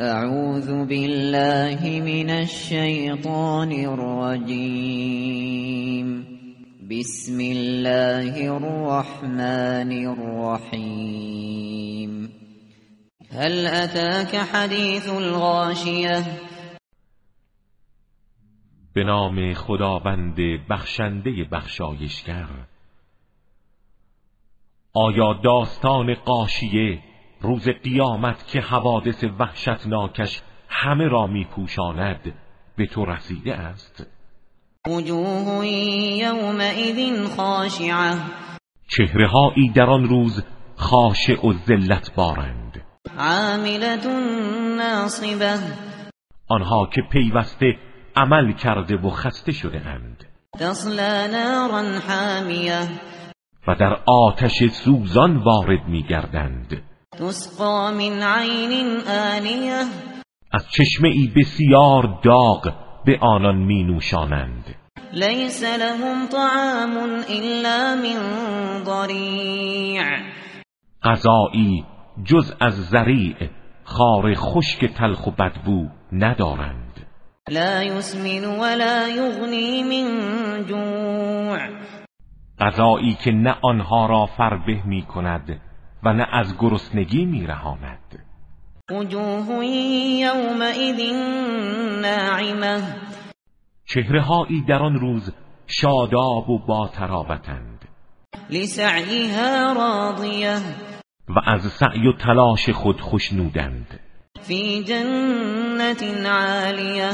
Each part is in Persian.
أعوذ بالله من الشيطان الرجيم بسم الله الرحمن الرحيم هل أتاك حديث الغاشية به نام خداوند بخشنده بخشایشگر آیا داستان قاشیه روز قیامت که حوادث وحشتناکش همه را میپوشاند به تو رسیده است وجوه يومئذ خاشعة چهرههایی در آن روز خاشع و ذلت بارند عاملة ناصبة آنها که پیوسته عمل کرده و خسته شده اند تصلى نارا حامية و در آتش سوزان وارد می گردند تسقى من عين آنية از چشمه ای بسیار داغ به آنان می نوشانند ليس لهم طعام إلا من ضريع غذایی جز از زریع خار خشک تلخ و بدبو ندارند لا يسمن ولا يغني من جوع غذایی که نه آنها را فربه می کند و نه از گرسنگی می رهاند وجوه يومئذ ناعمة چهرههایی در آن روز شاداب و با تراوتند لسعيها راضية و از سعی و تلاش خود خوشنودند في جنة عالية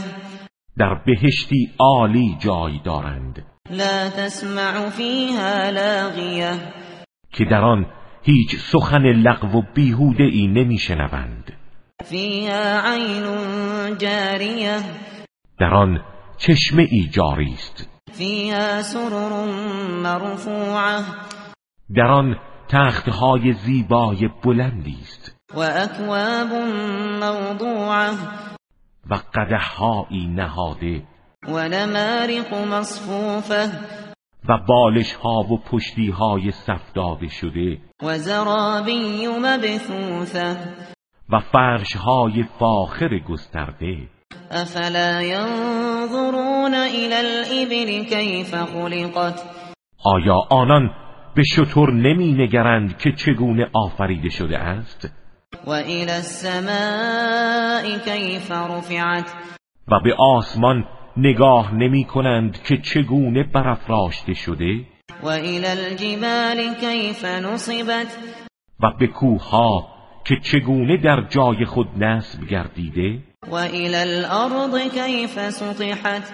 در بهشتی عالی جای دارند لا تسمع فيها لاغية که در آن هیچ سخن لغو و بیهوده ای نمی فيها عين جارية در آن چشمه ای جاری است فيها سرر مرفوعة در آن تختهای زیبای بلندی است وأكواب موضوعة و قدحهایی نهاده ونمارق مصفوفة و بالشها و پشتیهای صف داده شده وزرابي مبثوثة و فرشهای فاخر گسترده أفلا ينظرون إلى الإبل كيف خلقت آیا آنان به شطور نمی نگرند که چگونه آفریده شده است وإلى السماء كيف رفعت و به آسمان نگاه نمی کنند که چگونه برافراشته شده وإلى الجبال كيف نصبت و به کوهها که چگونه در جای خود نصب گردیده وإلى الأرض كيف سطحت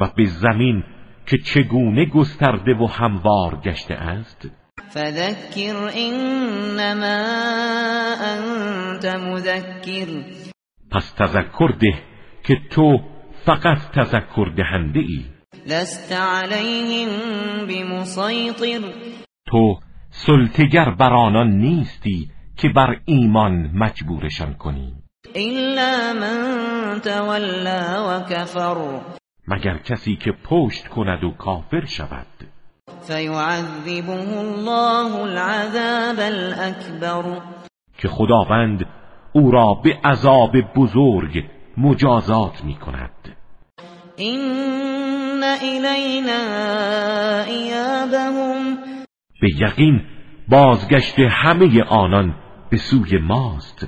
و به زمین که چگونه گسترده و هموار گشته است فذكر إنما أنت مذكر پس تذکر ده که تو فقط تذکر دهنده ای لست عليهم بمسيطر تو سلطگر بر آنان نیستی که بر ایمان مجبورشان کنی إلا من تولى وكفر مگر کسی که پشت کند و کافر شود فيعذبه الله العذاب الأكبر که خداوند او را به عذاب بزرگ مجازات می کند إن إلينا إيابهم به یقین بازگشت همه آنان به سوی ماست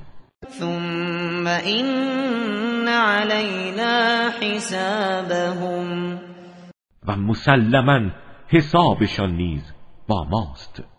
ثم إن علينا حسابهم و مسلما حسابشان نیز با ماست